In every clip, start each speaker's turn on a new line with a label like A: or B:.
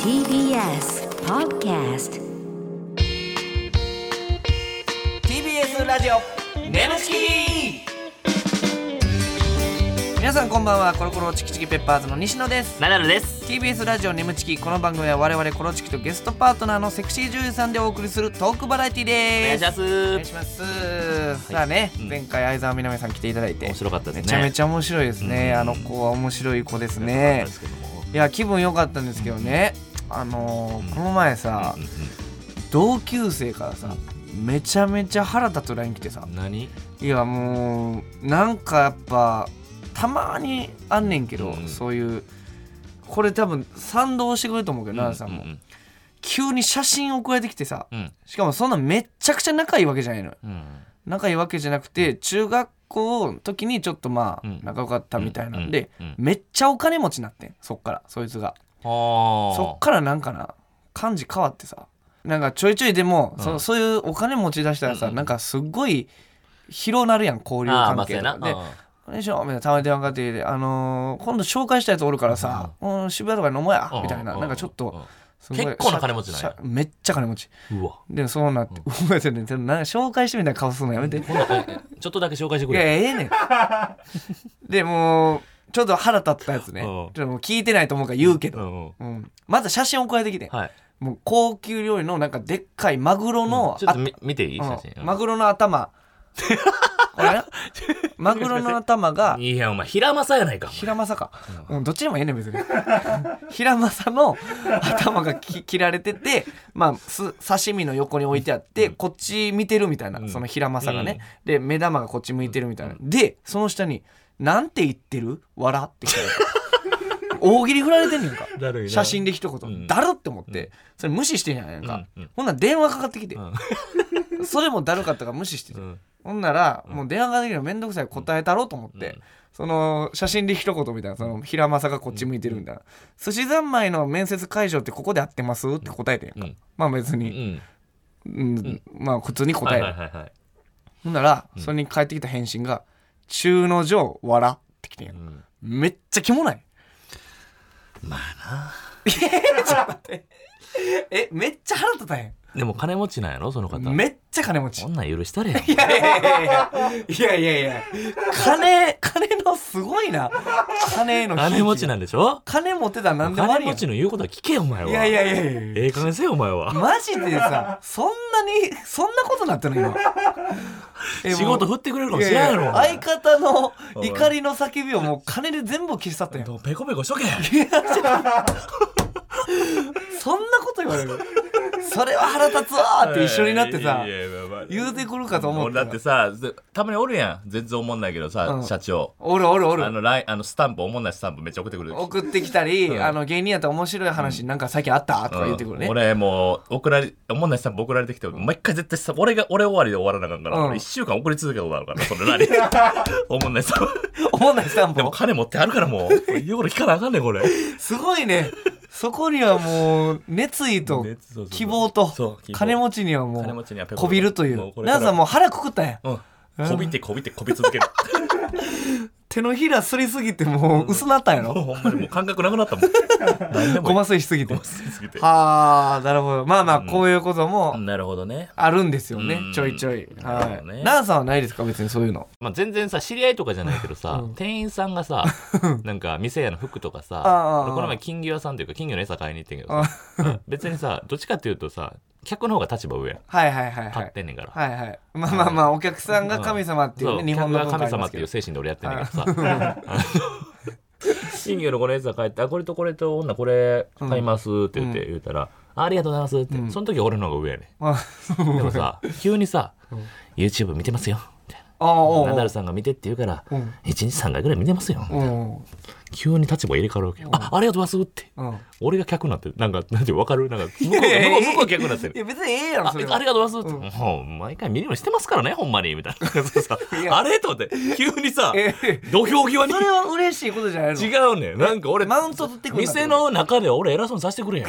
A: TBS Podcast
B: TBS ラジオ
C: ネムチキ
B: 皆さんこんばんはコロコロチキチキペッパーズの西野です
C: ナダルです。
B: TBS ラジオネムチキこの番組は我々コロチキとゲストパートナーのセクシー女優さんでお送りするトークバラエティで
C: お願いし
B: す
C: ます。
B: お願いしますさあね、
C: うん
B: 前回相沢みなみさん来ていただいて
C: 面白かったです
B: め
C: ね。
B: ちゃめちゃ面白いですね、
C: うん
B: あの子は面白い子です
C: 良か
B: ね
C: ったですけども
B: いや気分良かったんですけどね、あのー
C: うん
B: この前さ、
C: うんうん
B: 同級生からさめちゃめちゃ腹立つ LINE 来てさ
C: うん何？
B: いやもうなんかやっぱたまにあんねんけど、
C: うん
B: そういうこれ多分賛同してくれると思うけど奈々、さんも、
C: うん
B: 急に写真送られてきてさ
C: うん
B: しかもそんなめっちゃくちゃ仲いいわけじゃないのよ
C: うん
B: 仲いいわけじゃなくて中学校の時にちょっとまあ
C: うん
B: 仲良かったみたいなんで、
C: うんうん
B: めっちゃお金持ちになってんそっからそいつがそっからなんかな感じ変わってさなんかちょいちょいでも、
C: う
B: そ
C: ん
B: そういうお金持ち出したらさ、
C: うんうん
B: なんかすっごい広なるやん交流
C: あーま
B: 関
C: あそ
B: 係とか
C: うやな
B: で「よいしょ」みたいなたまに電話かかってきて「あのー今度紹介したやつおるからさ、うん、渋谷とかに飲もうや」
C: うん
B: みたいななんかちょっとすごい
C: 結構な金持ちなんや
B: しゃめっちゃ金持ち
C: うんうわ。
B: でそうなって覚えてるねちょっとなんか紹介してみたいな顔するのやめてい
C: 今度えちょっとだけ紹介してく
B: や
C: れ。
B: ええ ねんでもうちょっと腹立ったやつねち
C: うん
B: ょっともう聞いてないと思うから言うけ
C: う
B: ど、
C: んうん
B: うん、まず写真送られてきて
C: はい。
B: もう高級料理のなんかでっかいマグロの、
C: ちょっとみ見ていい
B: あ
C: 写真。
B: うんマグロの 頭これなマグロの頭が
C: いやお前平正やないか。
B: 平正か、うん、どっちでもええねん別に 平正の頭がき切られてて、まあ、す刺身の横に置いてあって、こっち見てるみたいな、
C: うん
B: その平正がね、で目玉がこっち向いてるみたいな、でその下に「なんて言ってる笑ってきた大喜利振られてんねんか
C: だるいな
B: 写真で一言、
C: うん
B: だるって思ってそれ無視してんやないか、
C: うんうん
B: ほんなら電話かかってきて
C: う、ん
B: それもだるかったから無視してて、
C: うん
B: ほんなら、もう電話ができるのめんどくさい答えたろうと思って、
C: うん
B: その写真で一言みたいなその平正がこっち向いてるみたいな「寿司三昧の面接会場ってここで合ってます?」って答えてんやんか、
C: うん
B: まあ別
C: う
B: に、
C: ん。
B: うんまあ普通に答
C: は
B: え
C: い
B: る、
C: はいはいはい。
B: ほんなら、それに返ってきた返信が「中の上笑」ってきてんやん、
C: うん
B: めっちゃキモない まあなえちょっと待ってえめっちゃ腹立たへん
C: でも金持ちなんやろその方。
B: めっちゃ金持ち
C: こんなん許したれ や。
B: いやいやいやいやいやいやいや金金のすごいな金の
C: 金持ちなんんでしょ。
B: 金持ってたら何でもあ
C: 金
B: りや
C: 持
B: ん
C: ちの言うことは聞けよお前は。
B: いやいやいやいやいや
C: ええ加減せよお前は。
B: マジでさそんなにそんなことなってるの今えもう
C: 仕事振ってくれるかもし
B: い
C: れん
B: や
C: や
B: い
C: ろ
B: や
C: お
B: 相
C: 前
B: 方の怒りの叫びをもう金で全部消し去ったやん
C: どうペコペコしとけ
B: そんなこと言われるそれは腹立つわーって一緒になってさ
C: いやいやまあ
B: 言うてくるかと思っ
C: 俺だ
B: た
C: ってさずたまにおるやん全然おもんないけどさ、
B: うん
C: 社長
B: おるおるお
C: あ
B: る
C: のラインあのスタンプおもんないスタンプめっちゃ送ってくる
B: 送ってきたり、
C: うん
B: あの芸人やったら面白い話なんか最近あったとか言ってくるね、
C: うん俺もう送られおもんないスタンプ送られてきて毎回絶対さ俺が俺終わりで終わらなあかんから、
B: うん
C: 俺1週間送り続けたことあるからそれ何おもんないスタンプ
B: おもんないスタンプ
C: でも金持ってあるからもう言うこと聞かなあかんねんこれ
B: すごいねそこにはもう熱意と
C: 熱そうそうそう
B: 希望と
C: そう希望
B: 金持ちには
C: 金
B: も
C: 持ちにはペ
B: う
C: コ
B: こびるとい
C: も
B: う
C: うこれから
B: 奈良さんもう腹くくったんや
C: うんこびてこびてこび続ける
B: 手のひらすりすぎてもう薄なったんや
C: もう
B: ろ
C: ほんまにもう感覚なくな ったもん何でもい
B: ご
C: い
B: ますりしすぎて
C: ごますりすぎて
B: はあなるほどまあまあこういうことも
C: なるほどね
B: あるんですよね
C: うん
B: ちょいちょい
C: なるほ
B: は
C: ど
B: い
C: ね
B: 奈良さんはないですか別にそういうの
C: まあ、全然さ知り合いとかじゃないけどさ、店員さんがさなんか店屋の服とかさ
B: ああ
C: 俺この前金魚屋さんというか金魚の餌買いに行ってんけどさうん別にさどっちかっていうとさ客の方が立場上やん
B: はいはいはいは
C: 買っ
B: い
C: てんねんから、
B: はいはいまあまあまあお客さんが神様っていう
C: そ
B: ね日本の
C: 客
B: 文
C: が
B: 化あり
C: 神
B: ま
C: 様
B: すけ
C: って
B: ど
C: いう精神で俺やってんねんけどさあの 金魚のこの餌買ってあこれとこれと女これ買いますって言って、言うたらありがとうございますって、その時俺の方が上やね
B: あ
C: んでもさ急にさ、YouTube 見てますよみたいな
B: あおう
C: ナ
B: お
C: ダ
B: う
C: ルさんが見てって言うから、
B: うん
C: 一1日3回ぐらい見てますよ、
B: うん
C: 急に立場入れ替わるわけよ。あ、ありがとうございますって。
B: うん
C: 俺が客になってる。なんか、なんていうのわかるなん か、向こうが、
B: いやいや
C: 向こう向こうが客になって
B: い
C: る。
B: や別にええやろ
C: ああ
B: そ
C: り
B: れ
C: が
B: は
C: とうございますって。もう毎回見るようにしてますからね、ほんまに。みたい な。そうさあれと思って、急にさ
B: ええ、
C: 土俵際に
B: そ。れは嬉しいことじゃないの
C: 違うねんなんか俺
B: マウント取ってくるんだ
C: 店の中で俺偉そうにさせてくれやん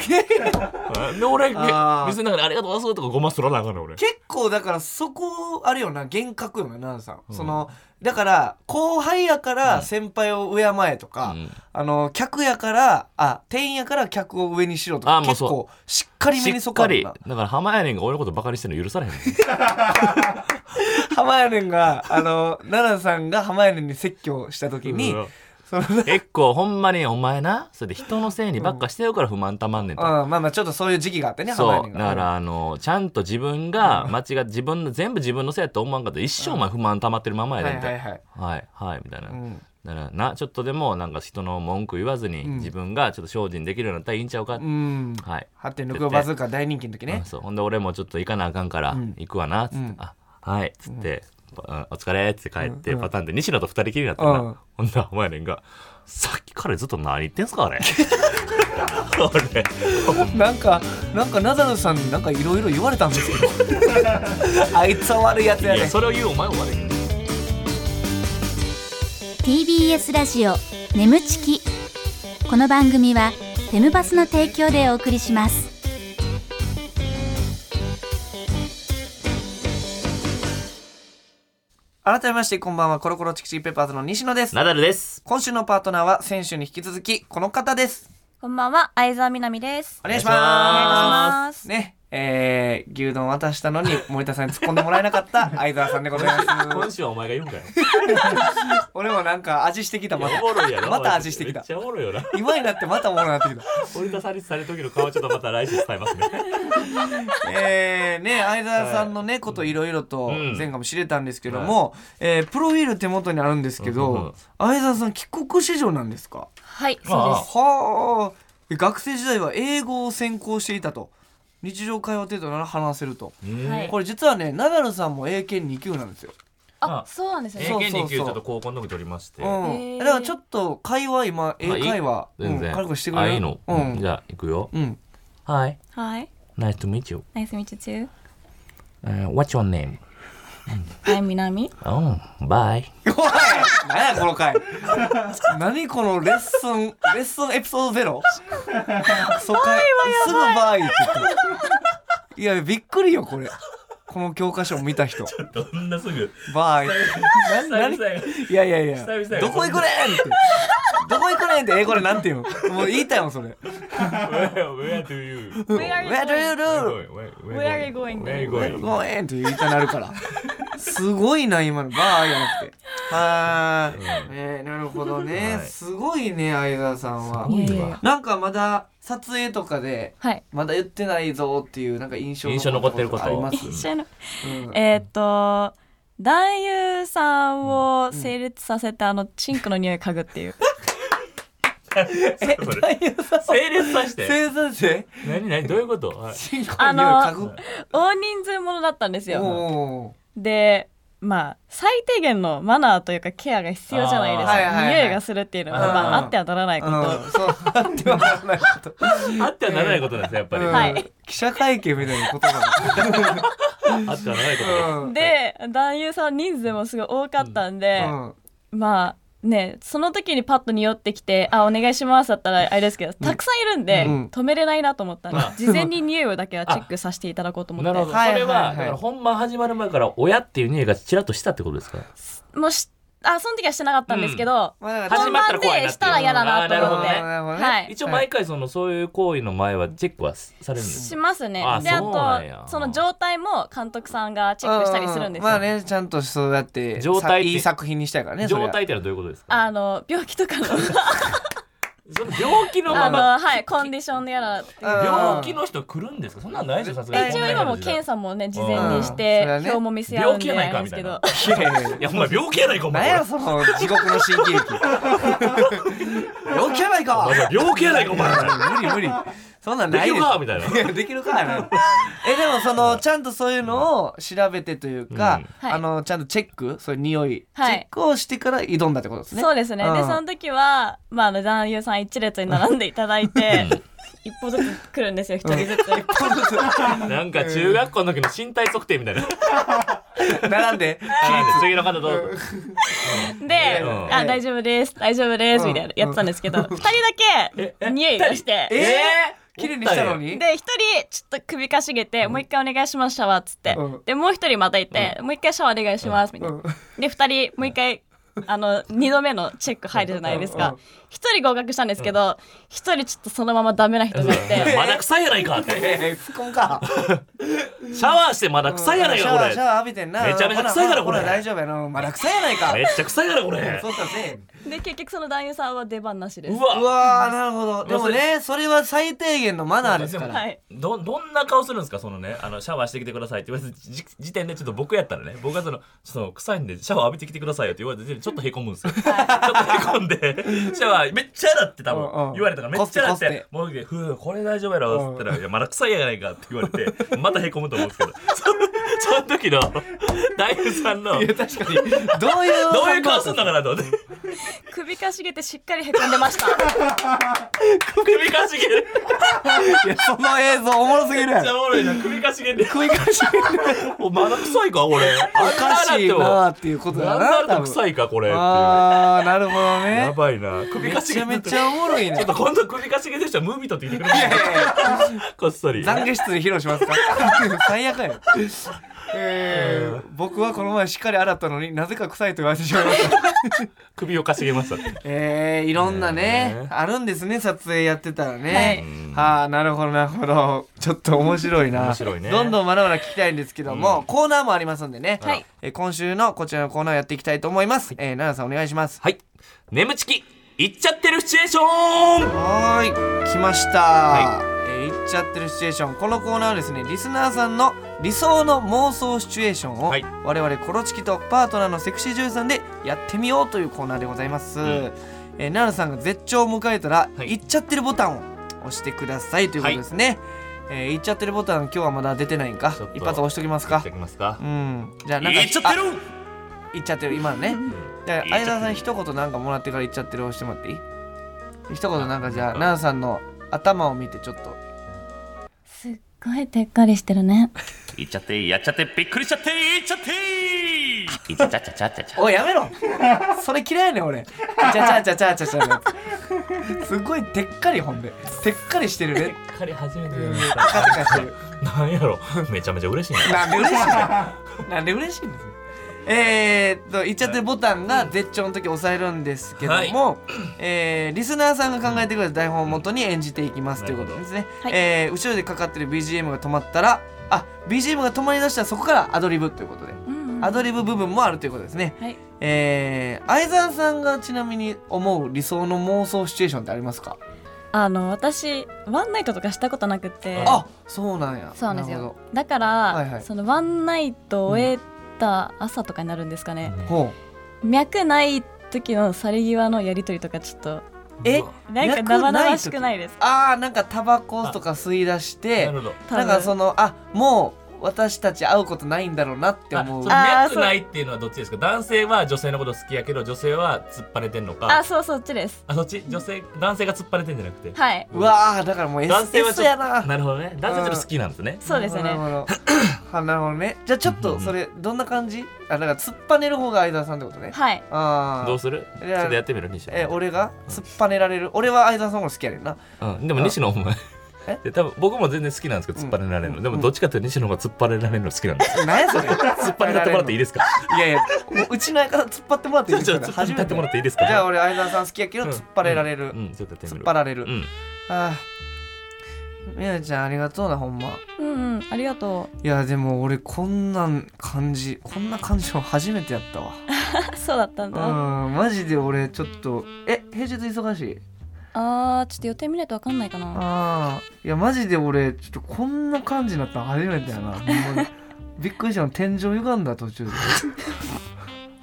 C: で俺店
B: あー
C: の中で「ありがとうございます」とかごます取らなあかんねん俺
B: 結構だからそこあれよな幻覚よな奈良さん、そのだから後輩やから先輩を敬えとか、
C: うん
B: あの客やからあ店員やから客を上にしろとか
C: あもう
B: 結
C: そう
B: 構しっかり
C: し
B: めにそ
C: っ
B: こあ
C: か
B: る
C: り
B: な
C: だから浜谷蓮が俺のことバカにしてるの許されへんねん
B: 浜谷蓮があの奈々さんが浜谷蓮に説教した時に、
C: うん
B: その
C: 結構ほんまにお前なそれで人のせいにばっかしてるから不満たまんねんと、
B: うん、まあまあちょっとそういう時期があってね浜
C: そう
B: 谷
C: だか
B: 蓮が。
C: らあのちゃんと自分が間違っ自分の全部自分のせいやと思わんかったら一生お前不満溜まってるままや
B: は
C: で
B: い
C: みた
B: はいい
C: な
B: はい。
C: はいはいみたいな、
B: うん
C: だからなちょっとでもなんか人の文句言わずに自分がちょっと精進できるようになったらいいんちゃうか、
B: うん。
C: はい
B: 8.65バズーカ大人気の時ね
C: あ。そうほんで俺もちょっと行かなあかんから行くわなっつって、あはいっつって、あお疲れっつって帰ってパターンで西野と二人きりになってんな、
B: うん
C: ほんならお前ねんがさっきからずっと何言ってんす かあれ俺
B: なんか、なんかナダルさんになんかいろいろ言われたんですけ ど。あいつは悪いやつや
C: い
B: ね
C: や。それを言うお前も悪いけど
A: TBS ラジオ眠ちきこの番組はテムバスの提供でお送りします
B: 改めまして、こんばんは、コロコロチキチキペッパーズの西野です。
C: ナダルです
B: 今週のパートナーは選手に引き続き、この方です。
D: こんばんは、相沢みなみです。
B: お願いし
C: お
D: 願
B: ま。
D: いしますす
B: ね、えー、牛丼渡したのに、森田さんに突っ込んでもらえなか った、相沢さんでございま
C: 今
B: す。
C: 週はお前が言うんかよ
B: 俺もなんか味してき た、また
C: おもろいや。ろ
B: また味してき
C: め
B: た
C: っち。ゃおもろいよな
B: 今になってまたおもろなってきた。
C: 俺がサリスされる時の顔ちょっとまた来週伝えますね
B: えーね相沢さんのねこといろいろと
C: うん
B: 前回も知れたんですけども、えープロフィール手元にあるんですけ
C: うんうんう
B: ど
C: ん
B: 相沢さん帰国子女なんですか
D: はい、
C: まあ
D: そうです。
B: はあえ学生時代は英語を専攻していたと日常会話程度なら話せると
D: はい
B: これ実はねナダルさんも英検2級なんですよ、
C: ま
D: あ
C: あ、
D: そうなんです
B: そ
D: ね
B: う。
C: 英検2級ちょっと高校の時取りまして、
B: うん、
D: へー
B: だからちょっと会話今英
C: あいい
B: 会話
C: 全然、
B: うん、軽くしてくれる
C: あいいの、
B: う
C: うん
B: ん
C: じゃあ行くよ、
B: うん、
C: はい
D: はい、
C: Nice to meet you、
D: nice to meet you too.
C: Uh, what's your name?
D: I'm みなみ。
C: Oh, bye.
B: おい何やこの回 何このレッスンレッスンエピソードゼロクソ回すぐバーイって言っていやびっくりよこれこの教科書を見た人
C: どんなすぐ。
B: バーイな何いやいやいや
C: 々や
B: どこ行くねんってどこ行くねんって英語でなんて言うのもう言いたいもんそれ
C: Where do you?
D: Where are you
B: Where do you do?
C: Where
D: are you
C: Where
D: going?
C: are you going?
B: ごめんって言いたなるからすごいな今のバーイじゃなくてはーい、えーなるほどね
C: はい
B: すごいね相沢さんは
D: ごいやいやいや
B: なんかまだ撮影とかで
D: はい。
B: まだ言ってないぞっていうなんか印象
C: 印象残ってること
B: あります
D: 一緒の。
B: うん
D: えーっと、男優さんを成立させて、あの、チンクの匂い嗅ぐっ ていう。
B: え
C: それ
B: 大変さ
C: 整列させて。
B: 生産性
C: 何何どういうこと？ はい
B: 進行
D: あ
B: に
D: の
B: 嗅ぐ
D: 大人数ものだったんですよ。
B: お
D: で、まあ、最低限のマナーというかケアが必要じゃないです
B: あーはいはい
D: か。
B: はい
D: 匂いがするっていうのは、まあ、
B: うん
D: あってはならない
B: ー
D: こ
B: うんそうあってはならないこと
C: あってはならないことなんですよやっぱり。
B: うん
D: はい
B: 記者会見みたいな言 葉
C: あってはならないことで
B: が
D: と。で、男優さん人数もすごい多かったんで、
B: うん
D: まあねその時にパッと匂ってきて「あお願いします」だったらあれですけどたくさんいるんで、
B: うん
D: 止めれないなと思ったんで
C: あ
D: 事前に匂いをだけはチェックさせていただこうと思
C: なるほ
D: っ
C: ど。
B: はい
C: それ
B: はいは
C: はいだから本番始まる前から親っていう匂いがちらっとしたってことですか？
D: てもうしあその時はしてなかったんですけど、
B: まあだから
D: 本
C: まったら
D: 番
C: 怖いなっていう
D: でしたら嫌だなと思って、
B: あーなるほどね
D: はい
C: 一応毎回そのそういう行為の前はチェックはされるんです
D: し。ますね
C: あ
D: で
C: そうなんや
D: あとその状態も監督さんがチェックしたりするんですよ、
B: まあねちゃんとそうやって
C: 状態っ
B: さ
C: て
B: いい作品にしたいからねそれ
C: 状
B: は
C: 態ってのはどういうことですか？
D: あの病気 とかの
C: その病気のま
D: あ
C: ま
D: の、はい、コンディションのやらっていう
B: うん
C: 病気の人来るんですかそんなんないですよさすがに
D: 一応今も検
C: 査
D: 査もね事前にし
B: うん
D: て
B: それはね
D: 表も見せ合うん
C: 病
D: で
C: 気やない
D: あ
C: か
D: れですけ
B: い
C: み
D: ど
B: やいやいや
C: いやお前病気やないかお
B: なん
C: 前
B: やその地獄の新喜 劇病気やないか
C: お前病気やないかお前
B: 無理無理そんなん
C: で
B: な
C: き
B: い
C: るかみたいな
B: やできるかやなえでもそのちゃんとそういうのを調べてというか、
D: うん
B: あのちゃんとチェックそういう匂い、
D: はい
B: チェックをしてから挑んだってことですね
D: そうですね。
B: う
D: で、
B: ん
D: その時は、まああの、男優さん一列に並んでいただいて、一歩ずつ来るんですよ、一人ずつ。
C: なんか中学校の時の身体測定みたいな
B: 並んで
C: 次の方どうぞ
D: で、
C: うん
D: あ、大丈夫です、大丈夫です、みたいなやってたんですけど、二人だ
C: え
D: け匂いがし
C: え
D: て、
B: 綺麗にしたのに
D: で一人ちょっと首かしげて、もう一回お願いしますシャワーっつって、
B: うん
D: でもう一人またいて、もう一回シャワーお願いしますみたいな、で二人もう一回あの2度目のチェック入るじゃないです
B: う
D: か
B: ん
D: 一人合格したんですけど一人ちょっとそのままダメな人がいて
C: まだ臭いやないかって。
B: ええ不婚か
C: シャワーしてまだ臭いやない
B: シャワ
C: か
B: ーシ
C: こ
B: ャワー浴びてんな
C: めちゃめちゃ臭いから
B: ほらほら
C: これ
B: 大丈夫やなまだ臭いやないか
C: れ。めっちゃ臭いやろこ
B: うん
C: れ
B: そ。うかせ
D: で結局その男優さんは出番なしです
C: うわ
B: うわーなるほどでもねそれは最低限のマナーですから
D: はい
C: どどんな顔するんですかそのねあのシャワーしてきてくださいって言われた時時点でちょっと僕やったらね僕がそのその臭いんでシャワー浴びてきてくださいよって言われた時点でちょっとへこむんですよ、ちょっとへこんでシャワーめっちゃ洗って多分、
B: うんうん
C: 言われたからめっちゃ洗って
B: こすって
C: もうふうこれ大丈夫やろって言ったら、いやまだ臭いやないかって言われてまたへこむと思うんですけどそのその時の大夫さんのどう
B: いや確かにどういう
C: いう顔すんのかなと思って
D: 首かしげてしっかりへこんでました
C: 首かしげる
B: いやその映像おもろすぎる
C: め
B: や
C: っちゃ
B: ろ
C: おもろいな首かしげて
B: 食い返し
C: おまだ臭いか俺
B: おかしいなーっていうことだ
C: なん
B: な
C: だ
B: 多分
C: と臭いかこれっていう
B: あーなるほど
C: や
B: ね
C: ばいな。首
B: め
C: かし
B: ち
C: げ
B: ゃめち
C: ゃ。
B: ゃおもろい
C: ちょ
B: ね
C: っと今度首かしげてる人はムービー撮ってきてくれ
B: い
C: な
B: や
C: い
B: いやいや
C: こっそり。
B: 懺悔室で披露しますか 最悪やんえー僕はこの前しっかり洗ったのになぜか臭いと言われてしまいました
C: 首をかしげました。
B: えー、いろんなね
C: ねえ
B: あるんですね撮影やってたらね、はあなるほどなるほどちょっと面白いな
C: 面白いね
B: どんどんまだまだ聞きたいんですけども、コーナーもありますんでね、
D: はい
B: えー今週のこちらのコーナーやっていきたいと思います、えー、奈々さんお願いします
C: はい。眠ちき、いっちゃってるシチュエーション
B: はーい来ました、えー言っちゃってるシチュエーションこのコーナーはですねリスナーさんの理想の妄想シチュエーションを、
C: はい
B: 我々コロチキとパートナーのセクシー女優さんでやってみようというコーナーでございます、
C: ん
B: えー奈良さんが絶頂を迎えたら、
C: はい
B: 言っちゃってるボタンを押してくださいということですね、えー言っちゃってるボタン今日はまだ出てないんか
C: ちょっと
B: 一発押しときます
C: い
B: か
C: ただきますか
B: う。んじゃあなんか
C: いっちゃってる
B: あ言っちゃってる今のねじゃあ
C: 言っちゃっ
B: 相
C: てる
B: 田さん一言なんかもらってから言っちゃってる押してもらっていい一言なんかじゃあ
C: あなん
B: 奈々
C: か
B: さんの頭を見てちょっと
D: すっごいでっかりしてるね
C: いっちゃって、やっちゃって、びっくりしちゃって、いっちゃっていっちゃちゃちゃちゃちゃちゃ。
B: おいやめ ろそれ嫌いやねん俺ちゃちゃちゃちゃちゃちゃちゃすごいでっかりほんででっかりしてるね
C: しっかり初めて 見
B: カチカチしてる
C: なんやろ。めちゃめちゃ嬉しい
B: な
C: な。
B: んで嬉しいのなんで嬉しいんですえー、っと言っちゃってるボタンが絶頂の時押さえるんですけども、えーリスナーさんが考えてくれた台本をもとに演じていきますということですね、
D: はい
B: えー後ろでかかってる BGM が止まったらあ BGM が止まりだしたらそこからアドリブということで
D: うんうん
B: アドリブ部分もあるということですね
D: はい
B: えー、相沢さんがちなみに思う理想の妄想シチュエーションってありますか
D: あの私ワンナイトとかしたことなくて
C: あ
B: あそうなんや
D: そうなんです
B: るほ
D: よだから、
B: はいはい
D: そのワンナイトを終えた朝とかになるんですかね、
B: どほ
D: 脈ない時の去り際のやり取りとかちょっと
B: うえ
D: なんか生々しくないですか
B: あーなんかタバコとか吸い出して
C: なるほど。
D: 多
B: な
D: 分
B: んかそのあもう私たち会うことないんだろうなって思う
C: そ
B: あ
D: あ
C: の脈ないっていうのはどっちですか男性は女性のこと好きやけど女性は突っ張れてんの
D: あ
C: か
D: そうそっちです
C: あそっち女性男性が突っ張れてんじゃなくて
D: はい
B: うんうわーだからもう S,
C: 男性はち
B: S
C: ょ
B: やな
C: なるほどね男性はちょっと好きなんですね
D: そうですよ
B: なる
D: ね
B: ほどあなるほど ねじゃあちょっとそれどんな感じあだから突っぱねる方が相沢さんってことね
D: はい
B: あ
C: どう
B: あ
C: するち
B: いや
C: ょっとやってみる西野
B: え俺が突っぱねられる俺は相沢さんの方が好きやねんな
C: うん、でも西野お前
B: え
C: で多分僕も全然好きなんですけど突っ張れられるの、
B: うん
C: でもどっちかというと西野の方が突っ張れられるの好きなんです
B: 何やそれ
C: 突っ張り立ってもらっていいですか
B: いやいやもううちの相方突っ張ってもらって
C: ち
B: い
C: ょ
B: い
C: っ
B: ですから
C: と突っ張り
B: 初
C: 立
B: め
C: ってて
B: じ
C: もらっていいですか
B: ゃあ俺相沢さん好きやけど突っ張れられる
C: うん、うんちょっとやってみ
B: 突っ
C: る
B: 張られる
C: うん
B: ああみなちゃんありがとうなほんま
D: うんうんありがと
B: いやでも俺こんなん感じこんな感じも初めてやったわ
D: う そうだったんだ、あ
B: うんマジで俺ちょっとえ平日忙しい
D: あーちょっと予定見ないとわかんないかな
B: ああいやマジで俺ちょっとこんな感じになったの初めてやなほんまに びっくりしたの天井歪んだ途中で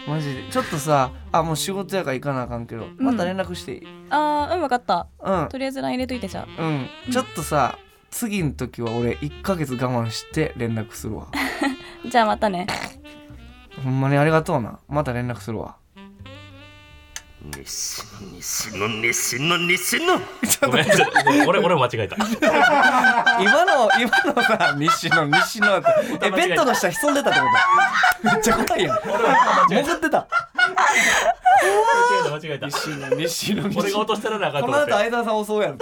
B: マジでちょっとさあもう仕事やから行かなあかんけどまた連絡していい
D: あーうんわかった
B: うん
D: とりあえず LINE 入れといてじゃ
B: うん、ちょっとさ次の時は俺1ヶ月我慢して連絡するわ
D: あじゃあまたね
B: ほんまにありがとうなまた連絡するわ
C: 西野西野西野西野ごめんちょっとごめん俺俺も間違えた
B: 今の今のさ西野西野ってえベッドの下潜んでたってことめっちゃ怖いやん潜ってた
C: 間違えた間違
B: 西野
C: えた
B: 西野西
C: 俺が落としたらなあかんと
B: この
C: 思
B: 後
C: って
B: 相沢さん襲うやろ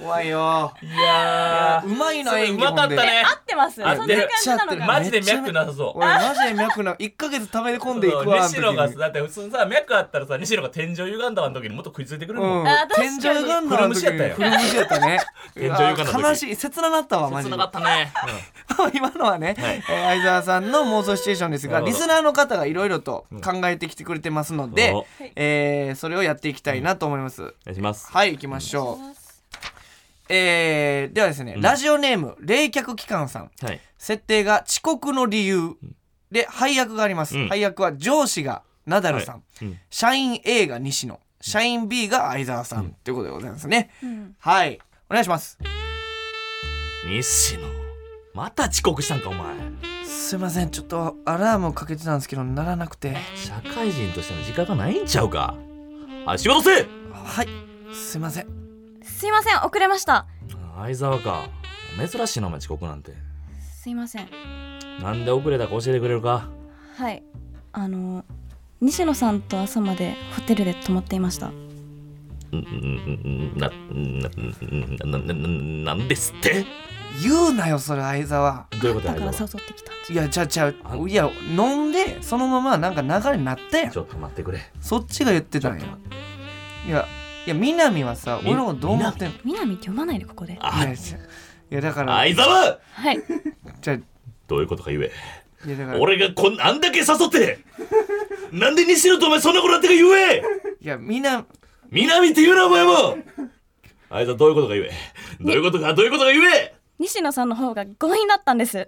B: 怖いよ
C: いや
B: うまいな
C: それ
B: 演
C: う
B: 技
C: まか
B: ほん
C: った
B: で
C: ね
D: 合ってますそん
C: 合
D: な
C: っ
D: 感
C: てる
D: じなのかな
C: マジで脈なさそう
B: 俺マジで脈な1か月溜め込んでいくわあの時
C: 西野が
B: に
C: さだって普通さ脈あったらさ西野が天井歪んだわの時にもっと食いついてくるもん、
B: うん
D: あ確か
B: 天
D: に
B: 井ガンダムの時に
C: フ
B: フルムシやったね
C: 天井歪んだ時
B: うわ悲しい切なかったわマジ
C: 切
B: で
C: なかったね、
B: 今のはね、
C: はい
B: えー相沢さんの妄想シチュエーションですが
C: なる
B: リ
C: ほど
B: スナーの方がいろいろと考えてきてくれてますので、
C: お
B: えーそれをやっていきたいなと思います、
C: 願いします
B: はい行きましょう、えーではですね、ラジオネーム冷却機関さん
C: はい
B: 設定が遅刻の理由で配役があります、
C: うん
B: 配役は上司がナダルさん、
C: いうん
B: 社員 A が西野社員 B が相沢さん、ということでございますね、
D: うん
B: はいお願いします
C: 西野また遅刻したんかお前
B: すいませんちょっとアラームをかけてたんですけど鳴らなくて
C: 社会人としての時間がないんちゃうかあ仕事せ
B: はいすいません
D: すいません遅れました
C: 相沢か珍しいなお前遅刻なんて
D: すいません
C: なんで遅れたか教えてくれるか
D: はいあの西野さんと朝までホテルで泊まっていました
C: うんうんうんなななななんですって
B: 言うなよそれ相沢
C: どういうこと
D: だ
C: や
D: から
C: 相
D: 誘
C: 沢
D: ってきたんじ
B: いやちゃうちゃういや飲んでそのままなんか流れになったやん
C: ちょっと待ってくれ
B: そっちが言ってたんやいやいや南はさ
C: み
B: 俺もどう思ってんのい
D: ゃ南って呼ばないでここで
B: や
C: あ
B: いやいやだから
C: 相沢
D: はい
B: じゃ
C: どういうことか言え
B: あいやだから
C: 俺がこんあんだけ誘ってなんで西野とお前そんなことやってか言え
B: いやみんな
C: 南って言うなお前も相沢どういうことか言えどういうことかどういうことか言え
D: 西野さんの方が強引だったんです
C: うわ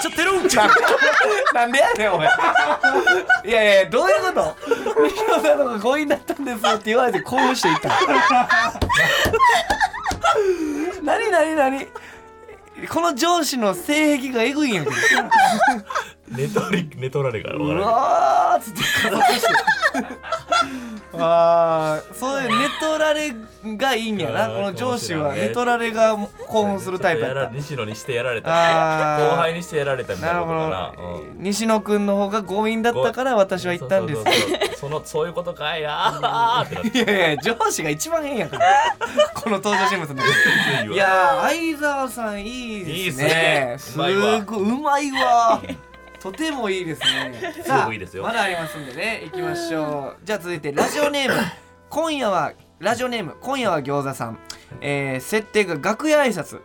C: ー言っちゃってるんちゃう
B: なんでやねんお前 いやいやどういうこと西野さんの方が強引だったんですって言われて興奮してい った何何何この上司の性癖がえぐいんやけど
C: 寝取り寝取られから
B: う
C: 分からん
B: わーっつって加速して あーそういう寝取られがいいんやな
C: あー
B: この上司は
C: かもしれんね
B: 寝取られが興奮するタイプやっ
C: ちょ
B: た
C: とやら西野にしてやられた
B: あー
C: 後輩にしてやられたみたい
B: な
C: な
B: る
C: こと
B: ほ
C: か
B: ど
C: なうん
B: 西野くんの方が強引だったから私は行ったんです
C: そうそうそうその そういうことかいなーってなって
B: いやいや上司が一番変やからこの登場人物の
C: い
B: い
C: や
B: やー相沢さんいいですね
C: いいっ
B: す
C: す
B: ご
C: ね
B: いうまいわ とてもいいです ね
C: すごくいいですよ
B: まだありますんでねいきましょうじゃあ続いてラジオネーム今夜はラジオネーム今夜は餃子さん、えー、設定が楽屋挨拶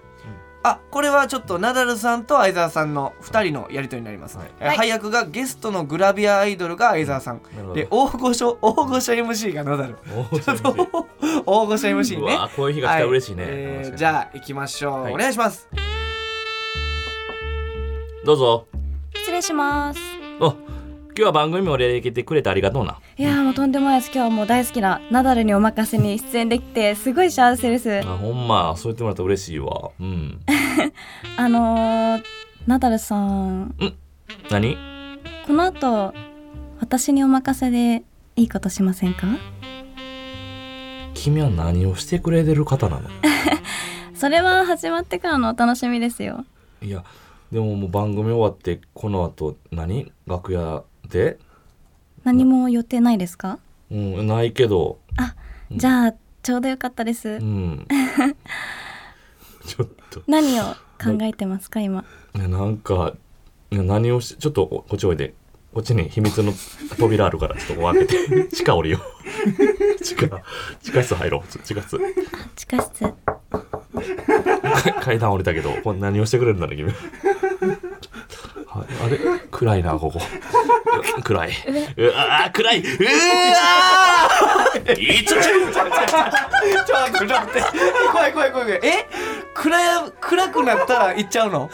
B: あこれはちょっとナダルさんと相沢さんの2人のやり取りになります、えー
D: はい
B: 配役がゲストのグラビアアイドルが相沢さん
C: なるほど
B: で大御所大御所 MC がナダル 大御所 MC
C: う
B: ね
C: わこういう日が来たら嬉しいね、
B: はえー
C: じ
B: じ
C: ゃあ
B: ゃあ行きましょう、
C: はい
B: お願いし ます
C: どうぞ
D: 失礼します
C: お今日は番組盛り上げてくれてありがとうない
D: やーもうとんでもないです今日はもう大好きなナダルにお任せに出演できてすごい幸せです
C: あほんまそう言ってもらったら嬉しいわうん
D: あのー、ナダルさん
C: 何
D: この後私にお任せでいいことしませんか
C: 君は何をしてくれてる方なの
D: それは始まってからのお楽しみですよ
C: いやでももう番組終わってこの後何楽屋で
D: 何も予定ないですか
C: うんないけど
D: あ
C: うん
D: じゃあちょうどよかったです、
C: うんちょっと
D: 何を考えてますか今
C: いやなんかいや何をしちょっとこっちおいでこっちに秘密の扉あるからちょっとここ開けて地下降りよう地下地下室入ろう地下室
D: 地下室
C: か階段降りたけどこれ何をしてくれるんだね君はいあれ暗いなここうわ暗いうわー暗いうわーいっちゃっちゃう
B: ちょっと待って、ちょっと待って。怖い怖い怖い怖い。え暗や、暗くなったら行っちゃうの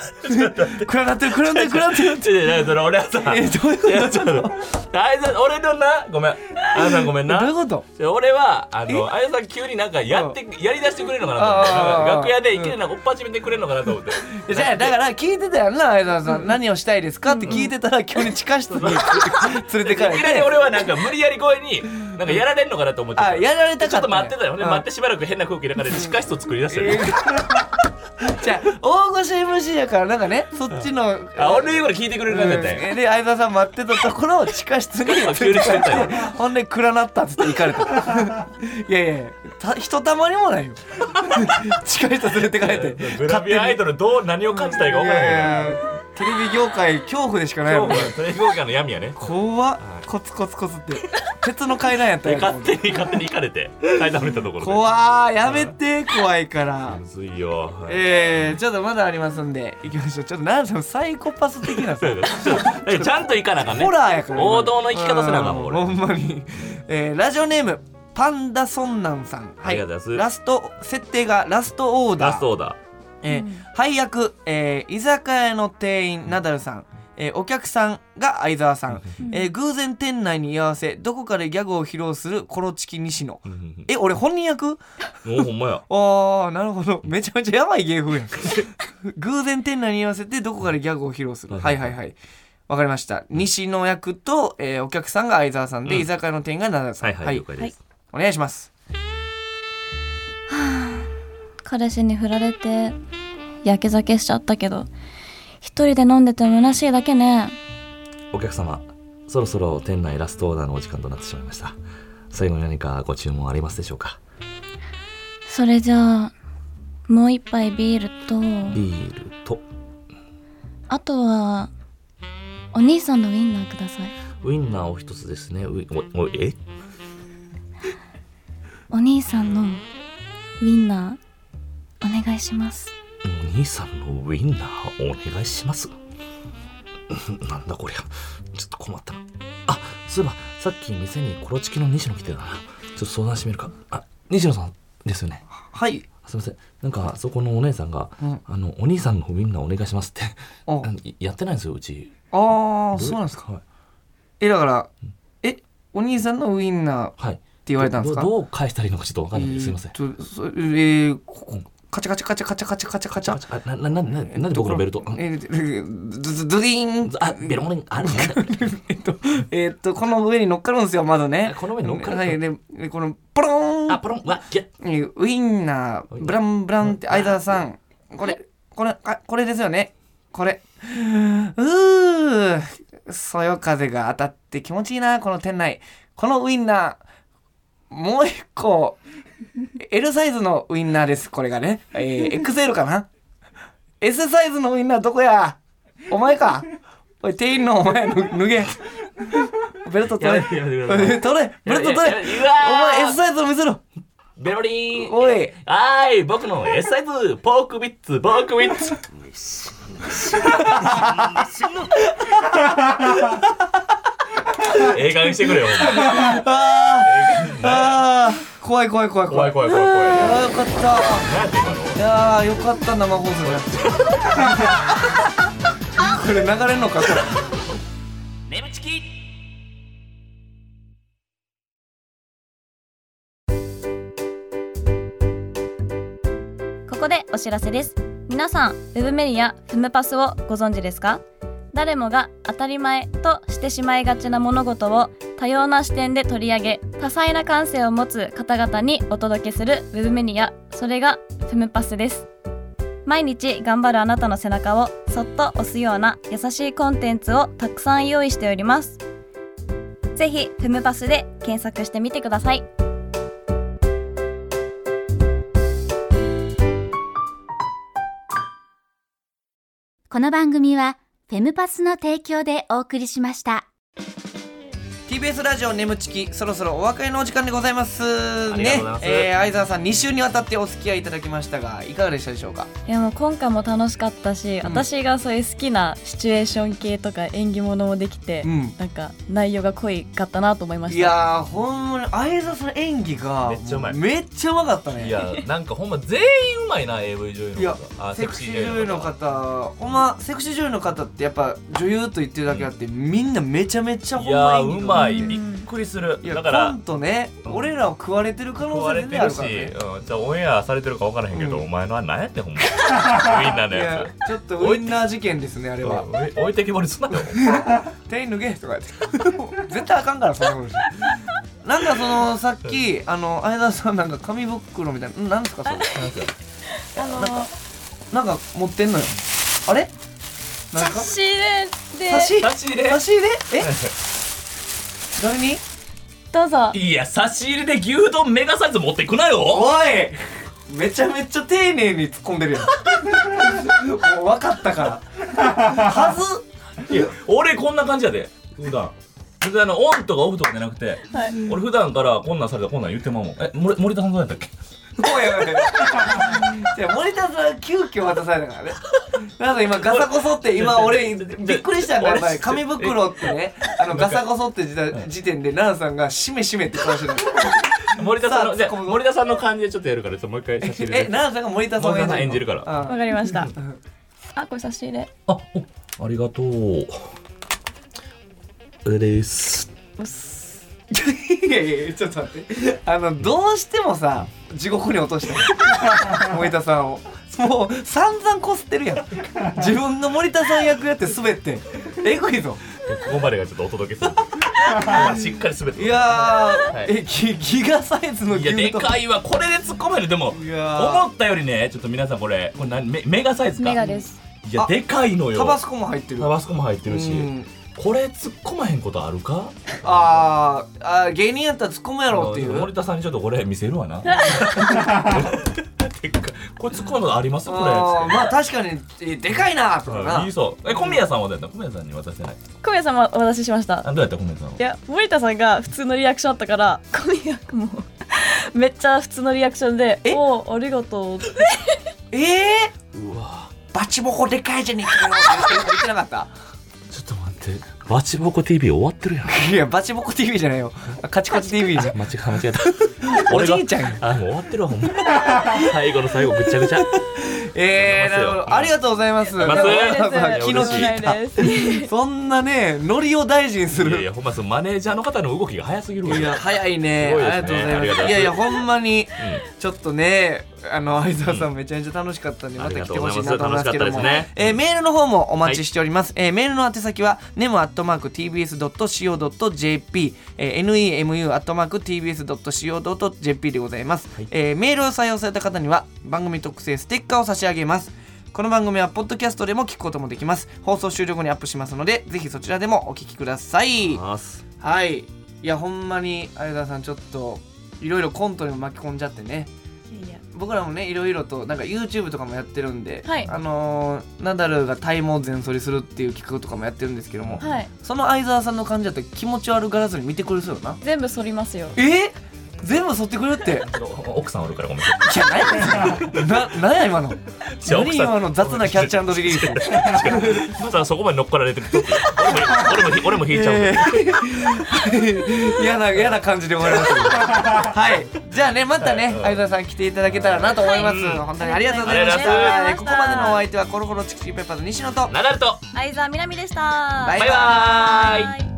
B: 暗なってる、暗なってる、暗なってる。
C: ちょちょそれ俺はさ
B: え、どういうこ
C: いや
B: と
C: ちょっとあいさ俺のなごめんあいさんごめんな
B: どういうこと
C: で俺はあのあやさん急になんかやってやりだしてくれるのかなと思って
B: ああああ
C: なんか楽屋で
B: うん
C: いきなりなんかおっぱじめてくれるのかなと思って
B: いやじゃあ、だから聞いてたやんな、相沢さん。何をしたいですかって聞いてたら、急に地下室に 連れてかれ
C: いきなり
B: て。
C: 俺はなんか無理やり声になんかやられんのかなと思って
B: あ、やられた
C: ち
B: かっ
C: ょったと
B: んや。
C: 待ってたよね
B: うん
C: 待ってしばらく変な空気の中で地下室を作り出した
B: え
C: よ
B: ー じゃあ、大御所 MC やから、なんかね、そっちの。
C: あ俺の言うこと聞いてくれるんだっ
B: うん
C: たよ
B: えで相沢さん待ってたとこ ろを地下室に連れてかれ
C: 急に連れてった
B: てほんで暗なったっつって行かれたいやいやたひとたまりもないよ近い人連れて帰って
C: グラビアアイドルどう何を感じたいか分からない
B: いやいやテレビ業界恐怖でしかないもん
C: 今
B: ね
C: 日もテレビ業界の闇やね
B: 怖っ
C: はい
B: コツコツコツって鉄の階段やったんやと思
C: 勝
B: っ
C: 手
B: て
C: に勝手に行かれて階段降りたところで
B: 怖ーやめて怖いから
C: むずいよ、はい
B: えー、ちょっとまだありますんで行きましょうちょっとなんでもサイコパス的なさ
C: そうやでちょっとだからちゃんと行かなあかんね
B: ホラーやから
C: 王道の生き方せなあかんもん
B: う
C: 俺
B: ほんまに、えー、ラジオネームパンダソンナンさんは
C: ありがとうございま
B: ラスト設定がラストオーダー
C: ラストオーダ
B: えー配役、えー居酒屋の店員ナダルさん、えーお客さんが相沢さん、えー偶然店内に居合わせどこかでギャグを披露するコロチキ西野
C: ーうん
B: え俺本人役
C: おほんまや
B: ああなるほどめちゃめちゃやばい芸風やん偶然店内に居合わせてどこかでギャグを披露するはいはいはいわかりました西野役と、えーお客さんが相沢さんで、
C: うん
B: 居酒屋の店員がナダルさん
C: はいはい了解です、
B: お願いします
D: 彼氏に振られてやけ酒しちゃったけど一人で飲んでて虚しいだけね
C: お客様そろそろ店内ラストオーダーのお時間となってしまいました最後に何かご注文ありますでしょうか
D: それじゃあもう一杯ビールと
C: ビールと
D: あとはお兄さんのウインナーください
C: ウインナーを一つですねウイおおえ
D: お兄さんのウインナーお願いします
C: お兄さんのウインナーお願いします うんなんだこりゃちょっと困ったなあそういえばさっき店にコロチキの西野来てたなちょっと相談してみるかあ西野さんですよね
B: はい
C: すいませんなんかそこのお姉さんが、
B: うん
C: あのお兄さんのウインナーお願いしますって
B: あ
C: うんい やってないんですようち
B: あーそうなんですか
C: はい
B: えだからえお兄さんのウインナーって
C: はい
B: 言われたんですか
C: どどう返したらいいのかちょっとわかんないんですすいません
B: えーっとそえーここカチャカチャカチャカチャカチャカチャカチャ
C: あなななななんで僕のベルトうん
B: えードドドゥディーン
C: あベロンリン あなんだ
B: えっとえーっとこの上に乗っかるんですよまずね
C: この上に乗っかる
B: はいででこのポローン
C: あポロンうわギャ
B: えーウインナーブランブランって相沢さんこれこれあこれですよねこ れうーそよ風が当たって気持ちいいなこの店内このウインナーもう一個 L サイズのウインナーですこれがね、えー、XL かな S サイズのウインナーどこやお前かおい店員のお前脱 げベルト取れ
C: やめてやめてくださ い
B: 取れベルト取れ
C: いやいやいやうわー
B: お前 S サイズを見せろ
C: ベロリン
B: おい
C: はーい僕の S サイズポークビッツポークビッツ映画にしてくれよお前
B: あー怖い怖い怖い怖
C: 怖
B: い
C: い怖い怖い怖い
B: あーよかった
C: 何やってんだろ
B: いやーよかった生放 送でこれ流れんのかこれ
C: ネムチキ
D: ここでお知らせです皆さんウェブメディアフムパスをご存知ですか誰もが当たり前としてしまいがちな物事を多様な視点で取り上げ多彩な感性を持つ方々にお届けするウェブメディアそれがフムパスです毎日頑張るあなたの背中をそっと押すような優しいコンテンツをたくさん用意しておりますぜひフムパスで検索してみてください
A: この番組はフェムパスの提供でお送りしました
B: TBS ラジオ眠ちきそろそろお別れのお時間でございます
C: ありが
B: ね
C: とうございます
B: えー相沢さん2週にわたってお付き合いいただきましたがいかがでしたでしょうか
D: いやもう今回も楽しかったし、
B: ん
D: 私がそういう好きなシチュエーション系とか演技ものもできて、
B: うん
D: なんか内容が濃いかったなと思いました
B: いやーほんまに相沢さんの演技が
C: めっちゃうまい
B: めっちゃうまかったね
C: いやなんかほんま全員うまいな AV 女優
B: い
C: の
B: や
C: 方あ
B: セクシー女優の
C: 方
B: 方ほんまセクシー女優の方ってやっぱ女優と言ってるだけあってみんなめちゃめちゃほ
C: い
B: んま
C: や
B: 演技
C: う
B: が
C: ま
B: 上手
C: い
B: くて
C: びっくりする
B: いや
C: だから
B: コントね、俺らを食われてる可能
C: 壊
B: 性
C: れ
B: 全
C: て
B: 然あ
C: る
B: る
C: し、
B: からね
C: うん、じゃあオンエアされてるか分からへんけど、
B: うん
C: お前のは何やって んほんまウインナーの
B: いや
C: や
B: ちょっとウインナー事件ですねあれは
C: つ置いてきぼりすんなよ
B: 店員脱げとか言って 絶対あかんからそんなことしてなんかそのさっきあの相田さんなんか紙袋みたいななんですかそれ
D: あの
B: なんか持ってんのよあれなんか
D: 差し入れで
B: 差し入れ
C: 差し入れ
B: 差し入れえ誰に
D: どうぞ
E: いや差し入れで牛丼メガサイズ持ってくなよ
B: おいめちゃめちゃ丁寧に突っ込んでるやんもう分かったからはず
E: いや俺こんな感じやで普段全然あのオンとかオフとかじゃなくて、
D: はい
E: 俺普段からこんなんされたらこんなん言ってまうもんえ森森田さんどうやったっけ
B: おいおいおいじゃあ森田さん急遽渡されたからねなんか今ガサこそって今俺びっくりしたんだよお前紙袋ってねあのガサこそって時代時点でナンさんが「しめしめ」って顔して た
E: 森田さん
B: さあ
E: のじゃ
B: 突っ
E: あ
B: 込む
E: 森田さんの感じでちょっとやるからちょっともう一回差し入れ
B: え
E: で
B: ナンさんが森田さんを
E: 森田さん演じるから
D: わかりましたあこれ差し入れ
E: あおありがとうこれです
D: うっす
B: いやいやちょっと待ってあのどうしてもさ地獄に落としたの 森田さんをもう散々こすってるやん自分の森田さん役やって滑ってえぐいぞ
E: ここまでがちょっとお届けするここまでしっかり全て
B: いやー、
E: はい
B: えギギガサイズの
E: い
B: 牛
E: や
B: 丼
E: でかいわこれで突っ込めるでも
B: いやー
E: 思ったよりねちょっと皆さんこれこれ何メメガサイズか
D: メガです
E: いや
B: あ
E: でかいのよ
B: タバスコも入ってる
E: タバスコも入ってるし
B: うん
E: これ突っ込まへんことあるか
B: あーあー芸人やったら突っ込むやろってい
E: あの森
B: う
E: 田さんにちょっとこれ見せるわ なでっかいこれ突っ込むのありますこれ
B: あーまあ確かにえでかいなとか
E: うん
B: ない
E: いそうえ小宮さんはどうやった小宮さんに渡せない
D: 小宮さんはお渡ししました
E: あどうやった小宮さんはい
D: や森田さんが普通のリアクションあったから小宮君もめっちゃ普通のリアクションで「
B: え
D: おおありがとう」
B: ええ
E: うわ
B: ー、バチボコでかいじゃねえかよって言ってなかった
E: ちょっと待ってバチボコ TV 終わってるやん
B: いや、バチボコ TV じゃないよ。あカチカチ TV じゃん。
E: 間違えた 間違えた
B: おじいちゃんや
E: あもう終わってるわほんま最後の最後ぐちゃぐちゃ
B: えー、
E: あ
B: な
E: り
B: るほ
E: がとうございます
B: ど。ありがとうございます。
E: ありがとうござい
B: わざわ
E: ます
B: ざ気の
E: 嬉しい
B: 利いた。
D: です
B: そんなね、ノリを大事にす
E: いやい
B: る。
E: やほんまそのマネージャーの方の動きが早すぎるわ
B: いや、早いね。
E: すごいで
B: あ
E: す
B: りがとう
E: ね
B: ござ
E: あ
B: い
E: り
B: ま
E: がと
B: す。
E: うご
B: いや
E: ざいます
B: いや、ほんまに、
E: う
B: ちょっとね、あの、相沢さんめちゃめちゃ楽しかったんで、また来てほしいなと思いますけども
E: ありがとうございます楽しかったですね。
B: えーメールの方もお待ちしております。えーメールの宛先は、nemu.tbs.co.jp、えー nemu.tbs.co.jp でございます、
E: はい
B: えーメールを採用された方には、番組特製ステッカーを差し上げます。この番組は、ポッドキャストでも聞くこともできます。放送終了後にアップしますので、ぜひそちらでもお聞きください
E: ん。ます
B: はい。いや、ほんまに、相沢さん、ちょっと、いろいろコントにも巻き込んじゃってね。僕らもねいろいろとなんか YouTube とかもやってるんで、
D: はい
B: あのーナダルが体毛全剃りするっていう企画とかもやってるんですけども、
D: はい
B: その相沢さんの感じだったら気持ち悪がらずに見てくれそうよな
D: 全部剃りますよ
B: え全部剃ってくれるって
E: 奥さんおるからごめん
B: いや何やななんや 今の
E: じゃあ奥
B: 何
E: さん
B: 今の雑なキャッチリリース
E: まさかそこまで乗っかられてる と俺も俺も俺も引いちゃうんで、
B: 嫌な嫌な感じで終わりましたけどはいじゃあねまたね
E: はい
B: 相沢さん来ていただけたらなと思います、
E: はい
B: 本当にありがとうございました
E: ありがとうご
D: ざいました
B: ここまでのお相手はコロコロチキチキペッパーズ西野と
E: ナダルと
D: 相沢みなみでした
B: バイ
E: バイバーイ
D: バイ